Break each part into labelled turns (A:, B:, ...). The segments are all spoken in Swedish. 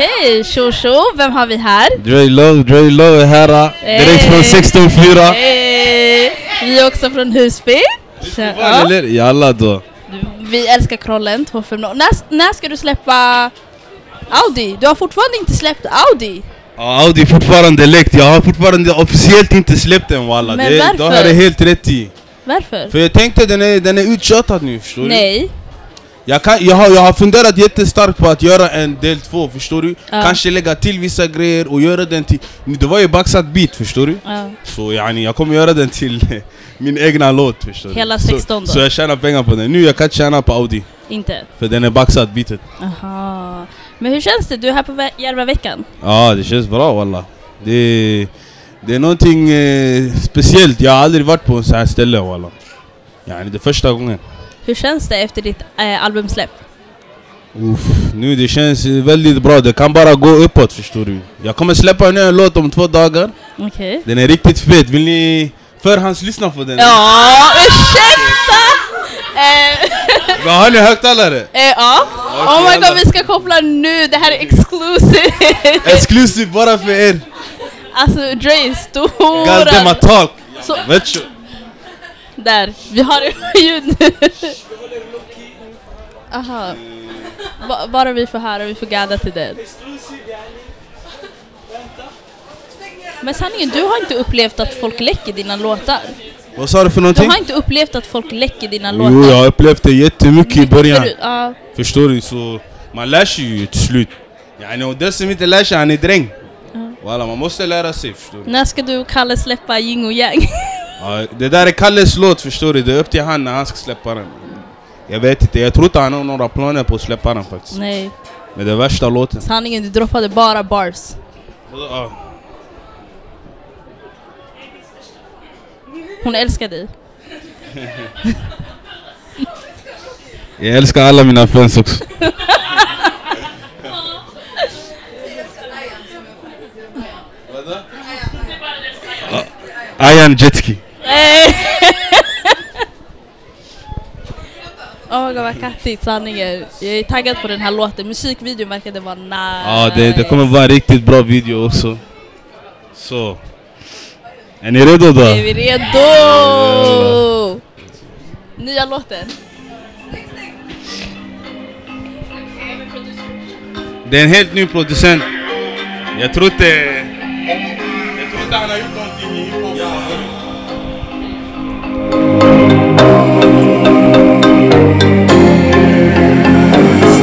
A: Hej tjo vem har vi här?
B: Dre Low, Dre Low är här. Direkt
A: Hey.
B: från 164.
A: Eh. Hej! Vi är också från Husby. Tja, ja.
B: Eller jalla då.
A: Vi älskar Krollen 250. När, när ska du släppa Audi? Du har fortfarande inte släppt Audi.
B: Ja, Audi är fortfarande läckt. Jag har fortfarande officiellt inte släppt den walla.
A: Men
B: Det-
A: varför?
B: Det har du helt rätt i.
A: Varför?
B: För jag tänkte den är, den är uttjatad nu förstår du.
A: Nej.
B: Jag, kan, jag, har, jag har funderat jättestarkt på att göra en del två förstår du.
A: Ja.
B: Kanske lägga till vissa grejer och göra den till... Det var ju baxat beat förstår du.
A: Ja.
B: Så yani, jag kommer göra den till min egna låt förstår du.
A: Hela
B: Så-
A: 16 då.
B: Så jag tjänar pengar på den. Nu jag kan tjäna på Audi.
A: Inte?
B: För den är baxat beatet.
A: Aha. Men hur känns det? Du är här på Vä- Järvaveckan.
B: Ja, det känns bra walla. Det, det är någonting eh, speciellt. Jag har aldrig varit på en sån här ställe walla. Yani, det är första gången.
A: Hur känns det efter ditt eh, albumsläpp?
B: Uff, nu det känns eh, väldigt bra. Det kan bara gå uppåt förstår du. Jag kommer släppa en en låt om två dagar.
A: Okej.
B: Den är riktigt fet. Vill ni förhandslyssna på den?
A: Ja, ursäkta! Eh,
B: Men Har ni högtalare?
A: eh, ja. Oh my god,
B: jävlar.
A: vi ska koppla nu. Det här är exclusive.
B: Exclusive bara för er.
A: Alltså Dre är
B: God damn I
A: stor.
B: talk.
A: Så,
B: Vet du?
A: där, vi har det på ljud nu. Aha. Ba- bara vi får höra, vi får gadda till det. Men sanningen, du har inte upplevt att folk läcker dina låtar.
B: Vad sa du för
A: Du
B: någonting?
A: har inte upplevt att folk läcker dina
B: Jo,
A: låtar.
B: jag har upplevt det jättemycket i början.
A: Förut- Ja,
B: Förstår du? Så man lär sig ju till slut. Yani, och den som inte lär sig, han är dräng. Walla, man måste lära sig, förstår du?
A: när ska du och Kalle släppa Ying och Yang?
B: Ja, det där är Kalles låt, förstår du? Det är upp till han när han ska släppa den. Jag vet inte, jag tror inte han har några planer på att släppa den faktiskt.
A: Nej,
B: Men det är värsta låten.
A: sanningen, du droppade bara bars.
B: Ja.
A: Hon älskar dig.
B: Jag älskar alla mina fans också. Ayan Jetski.
A: Nej! Åh Oh god vad kattigt, sanningen. Jag är taggad på den här låten. Musikvideon verkade vara nice.
B: Ja, det, det kommer vara en riktigt bra video också. Så. Är ni redo då?
A: Är vi redo? Nya låten.
B: Det är en helt ny producent. Jag tror inte... Jag tror inte han har gjort någonting i hiphop.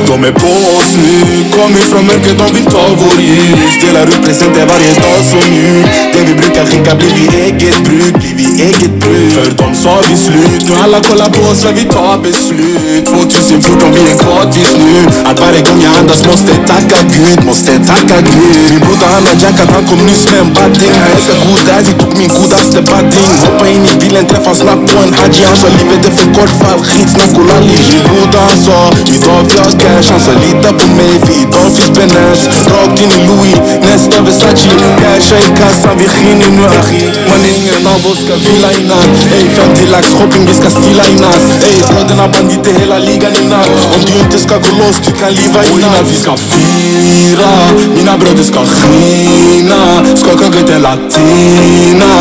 C: De är på oss nu, kom ifrån mörkret, de vill ta vår ljus Delar ut presenter varje dag som jul Det vi brukar skicka blir vi eget bruk, blir vi eget bruk För de sa vi slut, nu alla kollar på oss när vi tar beslut 2014 vi är kvar tills nu Att varje gång jag andas måste tacka Gud, måste tacka Gud Min broder han har jackat, han kom nyss med en badding Han älskar god daddy, tog min godaste badding Hoppa in i bilen, träffa snabbt på en haji Han sa livet är för kort för all skitsnack och lalli Min broder han sa, idag vi har cash Han sa lita på mig, för idag finns benäs Rakt in i Louis, nästa Versace Casha i kassan, vi skiner nu achi Man ingen av oss ska vila i natt Ey 50 lax shopping, vi ska stila i natt Ey bröderna banditer, hela ligan i natt Om du inte ska gå loss, du kan liva i natt Vi ska fira, mina bröder ska skina Skaka gött en latina,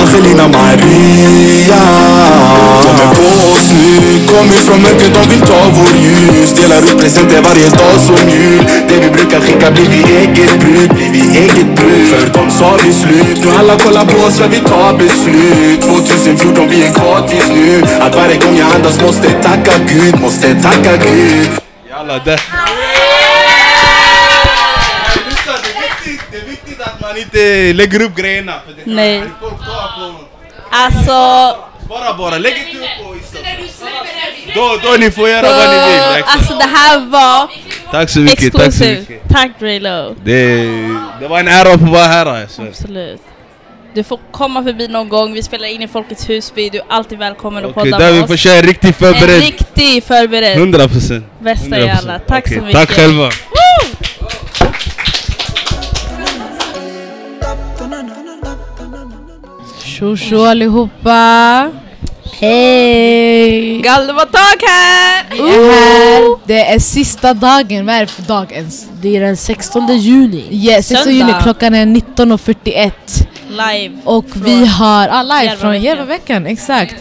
C: Angelina Maria De är på oss nu, kom ifrån mörkret, de vill ta vår ljus Delar ut presenter varje dag som jul Det vi brukar skicka blir vi eget bruk, blir vi eget bruk För de sa vi slut, nu alla kollar på oss när vi tar beslut 2014, vi är kvar tills nu Att varje gång jag andas måste tacka Gud, måste tacka Gud
B: Jalla, där. Lyssna, det är viktigt- Det är viktigt att man inte lägger upp grejerna. För det kan-
A: Nej.
B: folk tar på honom.
A: Alltså,
B: Bara, bara. Lägg inte upp på Insta. Då, då ni får göra vad ni vill.
A: eh,
B: verkligen.
A: alltså det här var
B: Tack så mycket, tack så
A: exklusivt.
B: mycket.
A: Tack Drelo.
B: Det, det var en ära att få vara här. Alltså.
A: Absolut. Du får komma förbi någon gång, vi spelar in i Folkets Husby, du är alltid välkommen att
B: Okej,
A: podda
B: där vi
A: med
B: får
A: oss.
B: köra riktigt
A: En
B: förberedd.
A: riktig förberedd.
B: 100 procent.
A: Bästa jävla, tack så mycket.
B: Tack själva.
A: Tjo tjo allihopa!
D: Hej!
A: Galvatag här!
D: Vi är här. Det är sista dagen. Vad är det för dag ens?
E: Det är den 16 juni.
D: Yes, sista
A: Söndag.
D: juni. Klockan är 19.41.
A: Live.
D: Och
A: Från
D: vi har alla live från Järvaveckan,
A: Järvaveckan.
D: exakt.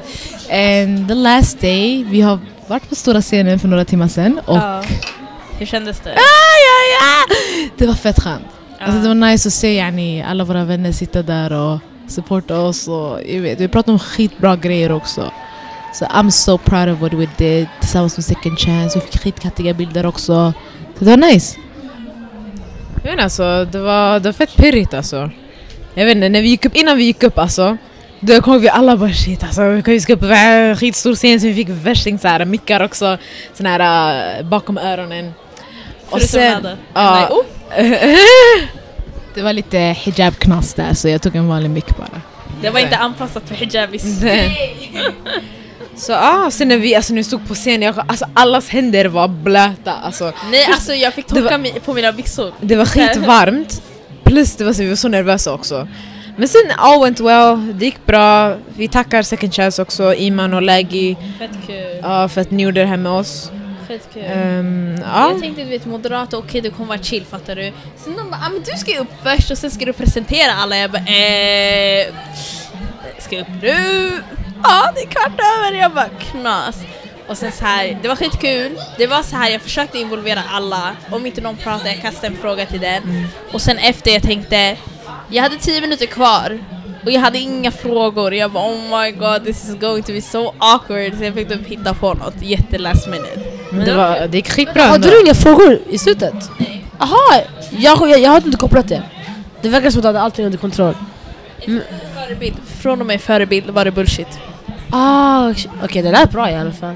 D: And the last day, vi har varit på stora scenen för några timmar sedan och
A: Ja. Hur kändes det?
D: det var fett skönt. Alltså det var nice att se yani, alla våra vänner sitta där och supporta oss och jag vet, vi pratade om skitbra grejer också. Så I'm so proud of what we did tillsammans med Second Chance, vi fick skitkattiga bilder också. Så det var nice.
E: Jag menar alltså, det var, det var fett pirrigt alltså. Jag vet inte, när vi gick upp, innan vi gick upp alltså. Då kom vi alla bara shit alltså, vi ska upp på en skitstor scen så vi fick värsting såhär mickar också. Sån här äh, bakom öronen.
A: Förutom Nada. Nej,
E: ja.
A: oh.
D: Det var lite hijab-knas där så jag tog en vanlig mick bara.
A: Det var inte anpassat för hijabis.
E: Nej. Så ja, ah, sen när vi alltså, när vi stod på scen, jag, alltså allas händer var blöta alltså.
A: Nej alltså jag fick torka
E: Det var-
A: mi- på mina byxor.
E: Det var skitvarmt, plus det var så, vi var så nervösa också. Men sen all went well, det gick bra. Vi tackar Second Chance också, Iman och Lägi
A: Fett kul.
E: ja, för att ni gjorde det här med oss.
A: Fett kul.
E: Ehm, ja.
A: Jag tänkte du vet moderater, okej det kommer vara chill fattar du. Sen de bara, ah, men du ska ju upp först och sen ska du presentera alla. Jag bara, eh, Ska jag upp nu? Ja det är kvart över. Jag bara knas. Och sen så här, det var skitkul. Det var så här, jag försökte involvera alla. Om inte någon pratade, jag kastade en fråga till den.
E: Mm.
A: Och sen efter jag tänkte, jag hade tio minuter kvar. Och jag hade inga frågor. Jag bara oh my god this is going to be so awkward. Så jag fick typ hitta på något jätte last minute.
E: Men det, var, det gick skitbra
A: Hade
E: ändå.
A: du
E: Du... Det
F: Inga frågor i slutet? Nej. Aha, jag, jag, jag hade inte kopplat det. Det verkar som att du hade allting under kontroll.
A: Förebild. Från och med förebild var det bullshit.
F: Ah, sh- okej det lät bra i alla fall.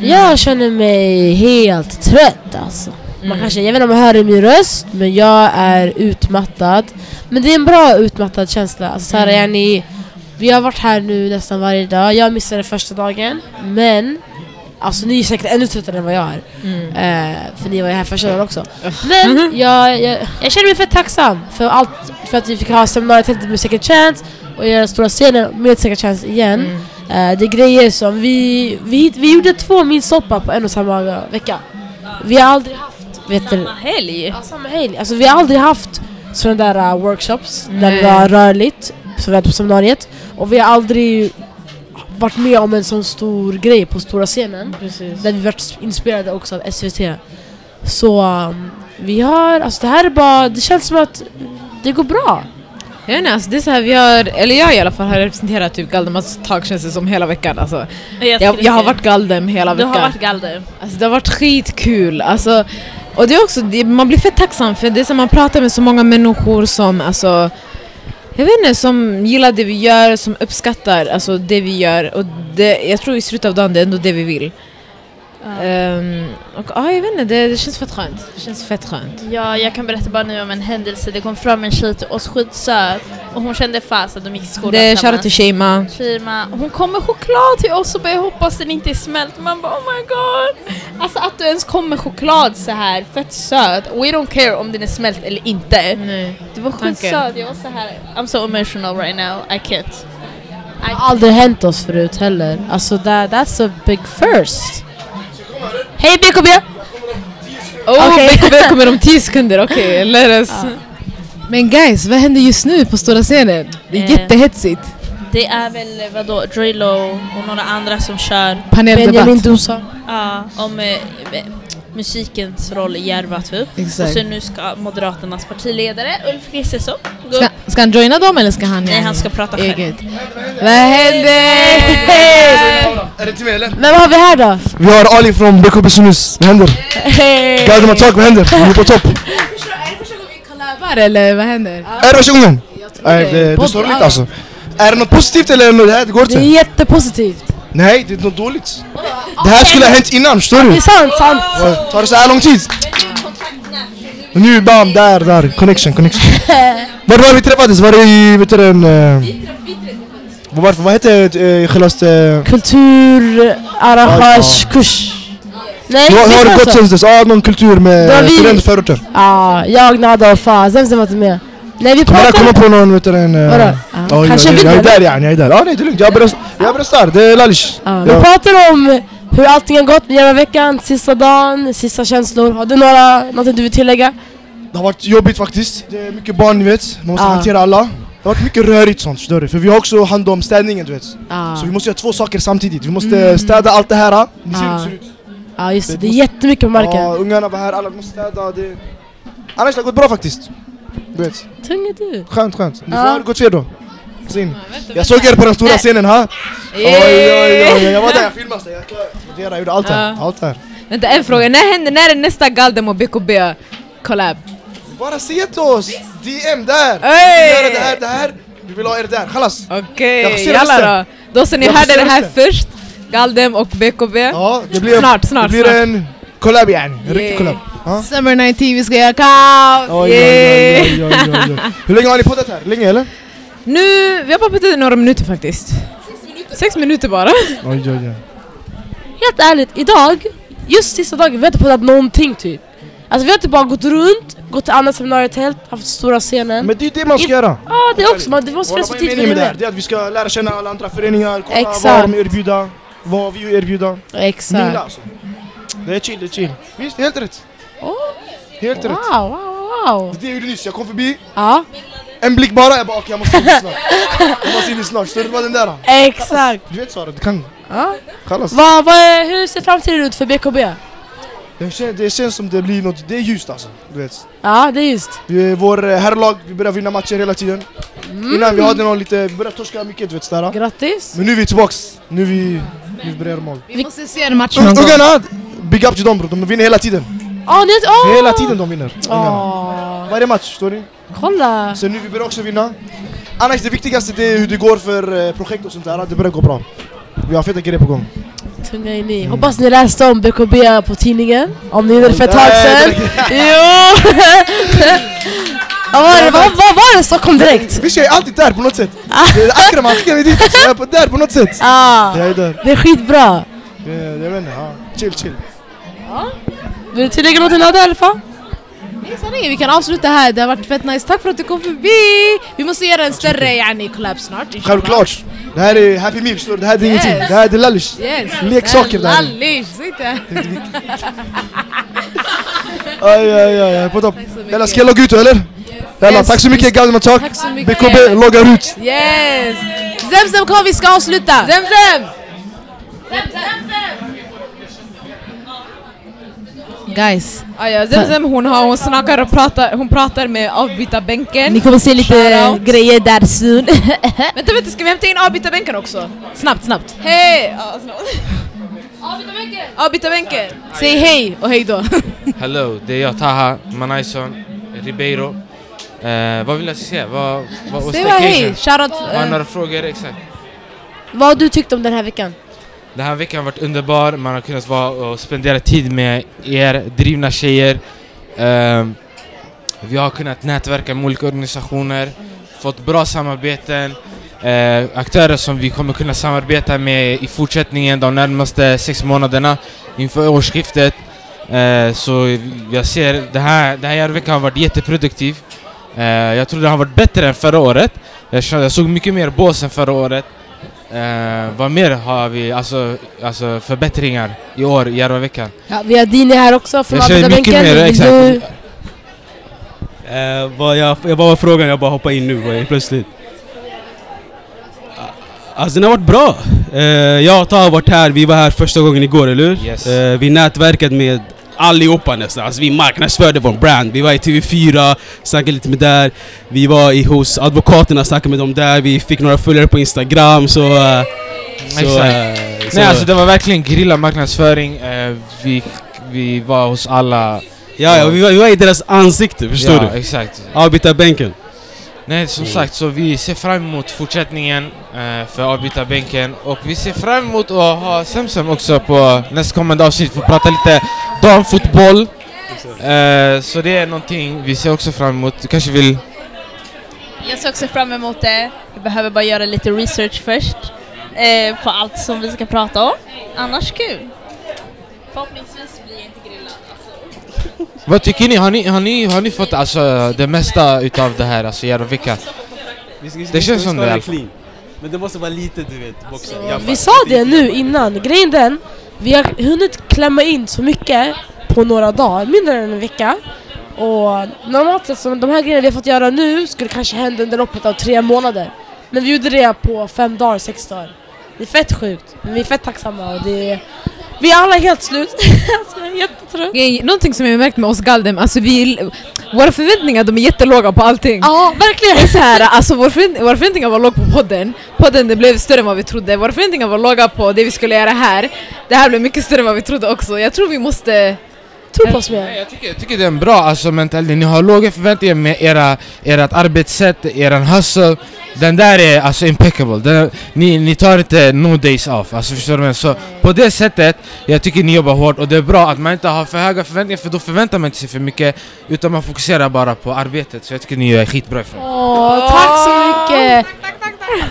F: Jag känner mig helt trött alltså. Man kanske, jag vet inte om man hör i min röst, men jag är utmattad. Men det är en bra utmattad känsla. Alltså, så här, är ni, vi har varit här nu nästan varje dag. Jag missade första dagen, men Alltså ni är säkert ännu tröttare än vad jag är. Eh, för ni var ju här första dagen också. Men jag, jag, jag känner mig fett tacksam för allt. För att vi fick ha seminariet helt med Second Chance och göra stora scener med Second Chance igen. Eh, det är grejer som vi, vi, vi gjorde två minsoppa på en och samma vecka. Vi har aldrig haft, vet du,
A: Samma helg.
F: Ja, samma helg. Alltså vi har aldrig haft sådana där uh, workshops där
E: Nej.
F: det var rörligt, som vi hade på seminariet. Och vi har aldrig varit med om en sån stor grej på stora scenen. Där vi varit inspirerade också av SVT. Så um, vi har, alltså det här är bara, det känns som att det går bra.
E: Jag vet inte, alltså, det är så här, vi har, eller jag i alla fall har representerat typ Galdemars tag känns det som hela veckan alltså. Jag, jag har varit Galdem hela
A: Du
E: veckan.
A: har varit galder.
E: Alltså det har varit skitkul. Alltså, och det är också, det, man blir fett tacksam för det är som man pratar med så många människor som alltså jag vet inte, som gillar det vi gör, som uppskattar alltså, det vi gör och det, jag tror i slutet av dagen det är ändå det vi vill. Ehm, och ja, jag vet inte, det, det känns fett skönt. Det känns fett skönt.
A: Ja, jag kan berätta bara nu om en händelse. Det kom fram en tjej till oss, skitsöt. Och hon kände fast att de gick i skolan
E: Det är shoutout till Shema.
A: Shima. Hon kom med choklad till oss och bara jag hoppas den inte är smält. Man bara oh my god. Alltså att du ens kom med choklad så här fett söt. We don't care om den är smält eller inte.
E: Nej.
A: Det var
E: Mm. Tanken.
A: skitsöt. Jag var så här I'm so emotional right now. I can't.
F: Det har aldrig hänt oss förut heller. Alltså that, that's a big first. Hej BKB!
E: Oh,
F: Okej.
E: okay. välkommen om 10 sekunder, okej, let us.
D: Men guys, vad händer just nu på stora scenen? Det är
A: Eh.
D: jättehetsigt.
A: Det är väl vadå, Drilo och några andra som kör
F: Benjamin
D: Paneldebatt.
F: Dosa.
A: ja, om eh, eh, musikens roll i Järva typ.
D: Exakt.
A: Och så nu ska Moderaternas partiledare Ulf Kristersson gå
D: Ska,
A: upp.
D: ska han joina dem eller ska han
A: Nej,
D: göra
A: han ska prata själv.
D: eget? Vad händer?
C: Är det till mig eller?
F: Men vad har vi här då?
C: Vi har Ali från BKB Snus, vad händer? Gardema Tak, vad händer? Vi är på topp!
D: Kollabar eller vad händer?
C: Är det första gången? Nej,
D: det.
C: det, det är
D: Podd-
C: sorgligt
D: ja.
C: alltså Är det något positivt eller är det något det här, det går
F: Det är
C: inte?
F: jättepositivt.
C: Nej, det är något dåligt Det här skulle ha hänt innan, förstår
F: Det
C: du?
F: är sant, sant.
C: Vad, Tar det så här lång tid? Nu, bam, där, där, connection, connection Var var vi träffades? Var det i, vet du den... eh, vad Varför, vad hette eh, självaste...
F: kulturarrangörskurs. Nej,
C: Nu har- nu har det
F: visst
C: gått
F: alltså.
C: sen dess, ah, någon kultur
F: Då har
C: med
F: vi-
C: studentförorter
F: Ja, jag, Nada och Faz, vem som varit med? Nej vi
C: Kommer jag komma
F: pratar...
C: på någon vet du den... eh,
F: Vadå?
C: ja,
F: Ja.
C: jag-
F: Kanske
C: jag- Jag är
F: vidare.
C: där yani, jag är där. Ja nej det är lugnt, jag bröst- jag bröstar, det är lallish.
F: Ja, vi pratar om hur allting har gått den jävla veckan, sista dagen, sista känslor. Har du några, någonting du vill tillägga?
C: Det har varit jobbigt faktiskt. Det är mycket barn ni vet, man måste
F: Ja.
C: hantera alla. Det har varit mycket rörigt sånt förstår du, för vi har också hand om städningen du vet.
F: Ja, Mm.
C: Så vi måste göra två saker samtidigt. Vi måste städa allt det här. Ni ser hur det
F: Ja.
C: ser ut.
F: ja just det. Det är jättemycket på marken.
C: Ja, ungarna var här, alla måste städa. Det... Annars det har gått bra faktiskt. Du vet,
F: Tung är du.
C: skönt skönt. Ni
F: Ja.
C: får gått fel då. Sin. Jag såg er på den stora scenen ha. Oj, oj, oj, jag var där, jag filmade. Jag klarade, jag gjorde allt här.
E: Ja.
C: Allt här.
E: Vänta en fråga, när, händer, när är nästa Galdem och BKB collab?
C: Bara se till oss! DM där! Vi vill
E: Ey!
C: göra det här, det här. Vi vill ha er där, Chalas. Jag
E: Okej,
C: får se
E: jalla
C: resten.
E: då. Då så ni
C: Jag får
E: hörde
C: se
E: det här
C: resten.
E: först. Galdem och BKB.
C: Ja, det blir,
E: Snart, snart,
C: det blir
E: snart.
C: en collab yani. En
E: Yay.
C: riktig collab. Ja.
D: Summer 19, vi ska göra kaos!
C: Oj, oj, oj, oj, oj, oj, oj. Hur länge har ni poddat här? Länge eller?
E: Nu, vi har bara pratat i några minuter faktiskt. Sex minuter bara.
C: Oj, oj, oj.
F: Helt ärligt, idag, just sista dagen, vi har inte poddat någonting typ. Alltså vi har inte bara gått runt, gått till andra seminarietält, haft stora scenen.
C: Men det är ju det man ska
F: In-
C: göra.
F: ja det också, typ man, det måste
C: Våra
F: finnas tid
C: meningen
F: för
C: med det här,
F: det.
C: det är att vi ska lära känna alla andra föreningar, kolla vad
F: Exakt.
C: de erbjuder, vad vi erbjuder.
F: Exakt.
C: Mingla alltså. Det är chill, det är chill. Visst, helt rätt. Helt rätt.
F: Wow, wow, wow.
C: Det är det jag gjorde nyss, jag kom förbi,
F: Ja,
C: en blick bara, jag bara okej jag måste in snart. Jag måste in snart, så det var den där.
F: exakt.
C: Du vet Sara, du kan.
F: Ja.
C: Kallas.
F: Vad- vad är- hur ser framtiden ut för BKB?
C: Det känns, det känns som det blir något, det är ljust alltså. Du vet.
F: Ja, det är just.
C: Vi, vår eh, herrlag, vi börjar vinna matcher hela tiden. Innan vi hade någon lite, vi började torska mycket du vet sådär.
F: Grattis.
C: Men nu är vi tillbaks, nu är vi, nu börjar vi mål.
D: Vi måste se en match någon gång.
C: Ungarna, big up till dem bror, de vinner hela tiden.
F: Ja, ni har... åh!
C: Hela tiden de vinner. Ungarna.
F: Åh,
C: Varje match, förstår ni?
F: kolla.
C: Så nu vi börjar också vinna. Annars det viktigaste det är hur det går för eh, projekt och sånt där. Det börjar gå bra. Vi har feta grejer på gång.
F: Tunga in
G: Mm.
F: i. Hoppas ni läste om BKB på tidningen. Om ni gjorde det för ett tag
C: Nej,
F: sedan. Jo! vad, var det? Vad, vad var det? Stockholm direkt?
C: Vi är alltid där på något sätt.
D: Ah.
C: Det är Akram han skickar mig dit. Så jag är på- där på något sätt.
F: Ah,
C: Jag är där.
F: det är skitbra.
C: Eh, Jag vet inte, ja. Chill chill.
F: Vill du tillägga någonting Nadja i alla fall?
D: Sanningen, vi kan avsluta här, det har varit fett nice. Tack för att du kom förbi! Vi måste göra en större yani, collab snart.
C: Självklart. Det här är happy meal förstår du. Det här är ingenting. Det här är lallish.
D: Yes!
C: Leksaker där.
D: Lallish, säg inte!
C: Aj aj aj, jag är på topp. Jalla ska jag logga ut eller? Jalla,
D: Yes.
C: tack så mycket Galdem Talk.
D: Tack så mycket!
C: BKB loggar ut.
D: Yes! Zemzem kom, vi ska avsluta! Zemzem! Guys,
E: Ah, ja, Zemzem hon, har, hon snackar och pratar, hon pratar med avbytarbänken.
D: ni kommer se lite
E: Shoutout.
D: grejer där soon.
E: Vänta, vänta, ska vi hämta in avbytarbänken också?
D: snabbt, snabbt.
E: Hej! Ah, snabbt. avbytarbänken!
D: Säg hej och hej då.
G: Hello, det är jag Taha, Manaison, Ribeiro. Eh, vad vill jag säga? Vad, vad, vad
D: Säg bara hej, shoutout.
G: Har
D: eh,
G: några frågor? Exakt.
F: Vad har du tyckt om den här veckan?
G: Den här veckan har varit underbar, man har kunnat vara och spendera tid med er drivna tjejer. Ehm, vi har kunnat nätverka med olika organisationer, fått bra samarbeten. Eh, aktörer som vi kommer kunna samarbeta med i fortsättningen de närmaste sex månaderna inför årsskiftet. Eh, så jag ser, det här, det här veckan har varit jätteproduktiv. Eh, jag tror det har varit bättre än förra året. Jag, kände, jag såg mycket mer bås än förra året. Eh, vad mer har vi, alltså, alltså förbättringar i år, i Järvaveckan?
F: Ja, vi har Dini här också från
G: Jag känner mycket
F: avbytarbänken.
G: mer,
F: Vill
G: exakt.
F: du-
H: Eh, vad jag, jag bara frågan, jag bara hoppar in nu vad jag- plötsligt. Alltså den har varit bra. Eh, jag och Taha har varit här, vi var här första gången igår, eller hur?
G: Yes.
H: Eh, vi nätverkade med allihopa nästan. Alltså vi marknadsförde vår brand. Vi var i TV4, snackade lite med där. Vi var i, hos advokaterna, snackade med dem där. Vi fick några följare på Instagram, så... eh, så,
G: Exakt.
H: eh, så
G: Nej alltså det var verkligen grilla marknadsföring, eh, vi, vi var hos alla...
H: ja, ja, vi var, vi var i deras ansikte, förstår
G: ja,
H: du? Mm.
G: exakt.
H: Avbytarbänken.
G: Nej som sagt, så vi ser fram emot fortsättningen eh, för avbytarbänken och vi ser fram emot att ha Samsung också på nästkommande avsnitt för att prata lite damfotboll. Eh, så det är någonting vi ser också fram emot, du kanske vill
A: Jag ser också fram emot det. Jag behöver bara göra lite research först. Eh, på allt som vi ska prata om. Annars kul. Förhoppningsvis blir jag inte grillad. Alltså.
G: Vad tycker ni? Har ni, har ni, har ni fått alltså, det mesta utav det här? Alltså, jävlar vilka... Det känns som det i alla fall.
B: Men det måste vara lite du vet, boxa.
F: Vi sa det nu innan, grejen den, vi har hunnit klämma in så mycket på några dagar, mindre än en vecka. Och normalt sett, som de här grejerna vi har fått göra nu skulle kanske hända under loppet av tre månader. Men vi gjorde det på fem dagar, sex dagar. Det är fett sjukt, men vi är fett tacksamma och det är... Vi är alla helt slut. alltså, jag är jättetrött.
E: Okej, Någonting som jag har märkt med oss Galdem, alltså vi, våra förväntningar de är jättelåga på allting.
F: Ja, verkligen!
E: Det är så här, alltså vår förvänt- våra förväntningar var låga på podden, podden det blev större än vad vi trodde, våra förväntningar var låga på det vi skulle göra här, det här blev mycket större än vad vi trodde också. Jag tror vi måste...
F: Tro på oss mer.
G: Nej, Jag tycker, jag tycker det är en bra alltså, mentalitet, ni har låga förväntningar med era, ert arbetssätt, eran hustle Den där är alltså impeccable, den, ni, ni tar inte no days off, alltså förstår du vad jag menar? Så på det sättet, jag tycker ni jobbar hårt och det är bra att man inte har för höga förväntningar för då förväntar man inte sig för mycket Utan man fokuserar bara på arbetet, så jag tycker ni är skitbra ifrån
F: Åh, tack så mycket!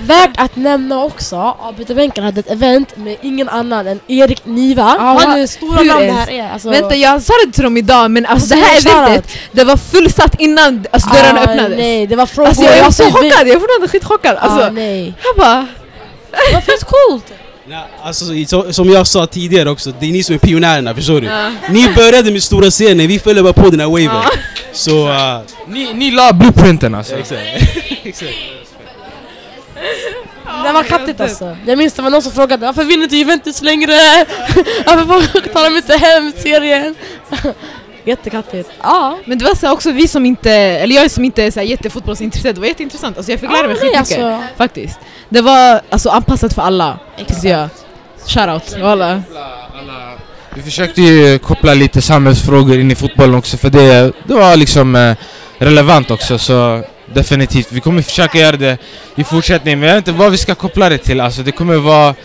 F: Värt att nämna också, avbytarbänken hade ett event med ingen annan än Erik Niva. Han är det stora
E: hur
F: namn det
E: är-
F: här är. Alltså,
E: Vänta, jag sa det till dem idag men alltså det här
F: Alltså,
E: eventet, det var fullsatt innan alltså, dörrarna
F: Ah,
E: öppnades.
F: Nej, det var frågor.
E: Alltså jag var så
F: fick-
E: chockad, jag är fortfarande skitchockad.
F: Ah,
E: Alltså,
F: nej.
E: jag bara,
F: Det var fett coolt!
B: Nej, alltså, i- så, som jag sa tidigare också, det är ni som är pionjärerna, förstår du? Ni började med stora scener, vi följer bara på den här waven. Så... Uh,
G: Ni, ni la blueprinten alltså
F: det var kattigt alltså. Jag minns det var någon som frågade varför vinner inte Juventus längre? varför tar de inte hem serien? Jättekattigt. Ja.
E: men det var så här också vi som inte, eller jag som inte är så här jättefotbollsintresserad, det var jätteintressant. Alltså jag fick lära mig
F: Ja, nej,
E: skitmycket
F: alltså.
E: faktiskt. Det var alltså anpassat för alla, tyckte jag. Shoutout, walla.
G: alla, vi försökte ju koppla lite samhällsfrågor in i fotbollen också för det, det var liksom eh, relevant också så definitivt. Vi kommer försöka göra det i fortsättningen men jag vet inte vad vi ska koppla det till alltså det kommer vara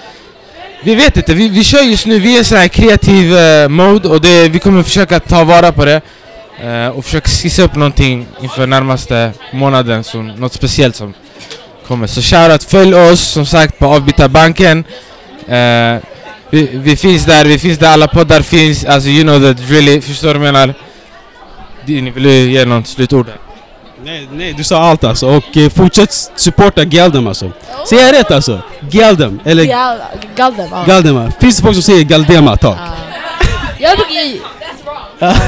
G: vi vet inte, vi, vi kör just nu, vi är i sån här kreativ eh, mode och det, vi kommer försöka ta vara på det eh, och försöka skissa upp någonting inför närmaste månaden, som, något speciellt som kommer. Så shoutout, följ oss som sagt på Avbytarbanken. Eh, vi, vi finns där, vi finns där alla poddar finns, alltså you know the drill, förstår du vad jag menar? Det- Ni vill ju ge något slutord där.
B: nej, nej, du sa allt alltså. Och eh, fortsätt supporta Galdem alltså. Säger jag rätt alltså? Galdem, eller
F: Ja, Oh. Galdem. Ja.
B: Galdema. Finns det folk som säger Galdema tak?
F: Jag brukar...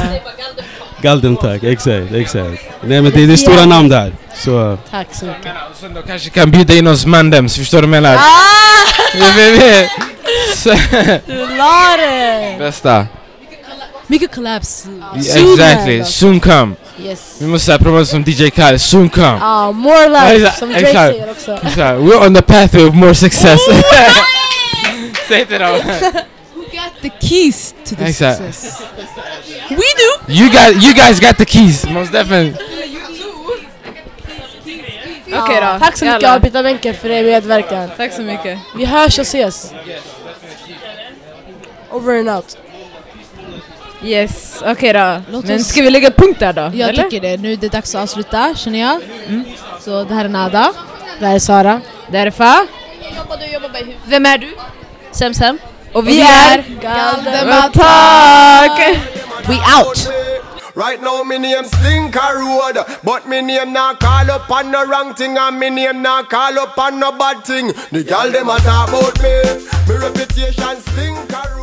B: Galdem tak, exakt, exakt. Nej men det, det är stora namn där. Så... eh,
F: Tack så mycket.
G: Och sen då kanske kan bjuda in oss mandems, förstår du vad jag menar? Vi- vi- vi- Så-
F: Du la det!
G: Bästa.
F: Mycket collabs.
G: Exactly, soon come. uh,
F: Yes.
G: Vi måste promota som DJ Khaled, soon come.
F: Ja, more life
G: Exakt,
F: som Drake
G: exakt.
F: säger också.
G: Så här, We're on the pathway of more success. Säg till dem.
I: The keys to the
G: Exakt.
I: success.
G: uh, You, got, you guys got the keys, most definitely.
E: Okej då.
F: Tack så mycket
E: Jalla.
F: avbytarbänken för er medverkan.
E: Tack så mycket.
F: Vi hörs och ses. Over and out.
E: Yes, okej då.
I: Låt
E: Men
I: oss-
E: ska vi lägga punkt där då?
I: Jag
E: eller?
I: tycker det. Nu är det dags att avsluta känner jag.
F: Mm.
I: Så det här är Nada.
F: Det här är Sara.
E: Därför.
A: Jobbar du, jobbar bara i huvudet.
E: Vem är du?
A: Sem, sem.
E: Och vi är Galdematak!
I: We out!
C: Right now, me name Slinker Road, but me name not call up on no wrong thing, and me name not call up on no bad thing. The gal them a talk about me, me reputation Slinker Road.